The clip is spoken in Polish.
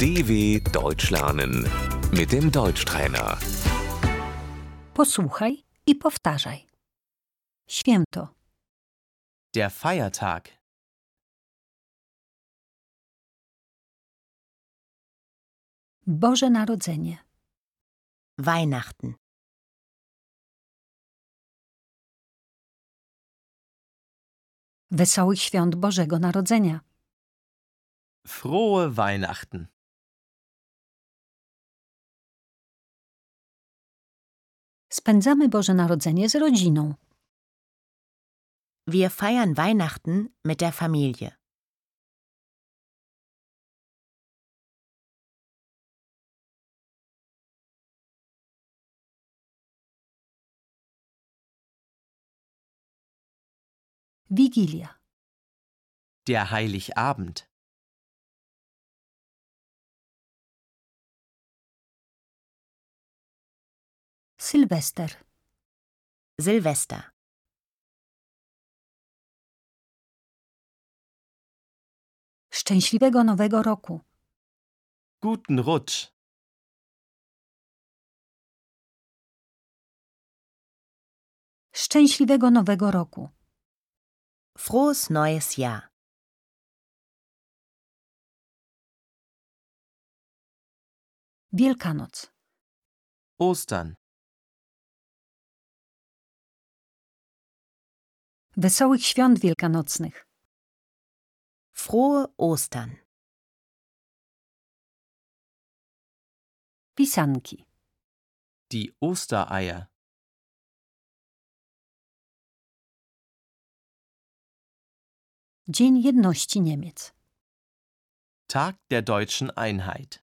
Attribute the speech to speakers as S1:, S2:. S1: DW Deutsch lernen mit dem Deutschtrainer.
S2: Posłuchaj i powtarzaj. Święto,
S3: Der Feiertag.
S2: Boże Narodzenie,
S4: Weihnachten,
S2: Wesołych Świąt Bożego Narodzenia,
S3: Frohe Weihnachten.
S2: spędzamy Boże Narodzenie z rodziną.
S4: wir feiern Weihnachten mit der Familie.
S2: Wigilia,
S3: Der Heiligabend.
S2: Sylwester,
S4: Silvester,
S2: Szczęśliwego Nowego Roku,
S3: Guten Rutsch.
S2: Szczęśliwego Nowego Roku,
S4: frohes neues Jahr,
S2: Wielkanoc,
S3: Ostern.
S2: Wesołych Świąt Wielkanocnych,
S4: frohe Ostern,
S2: Pisanki,
S3: Die Ostereier.
S2: Dzień Jedności Niemiec,
S3: Tag der deutschen Einheit.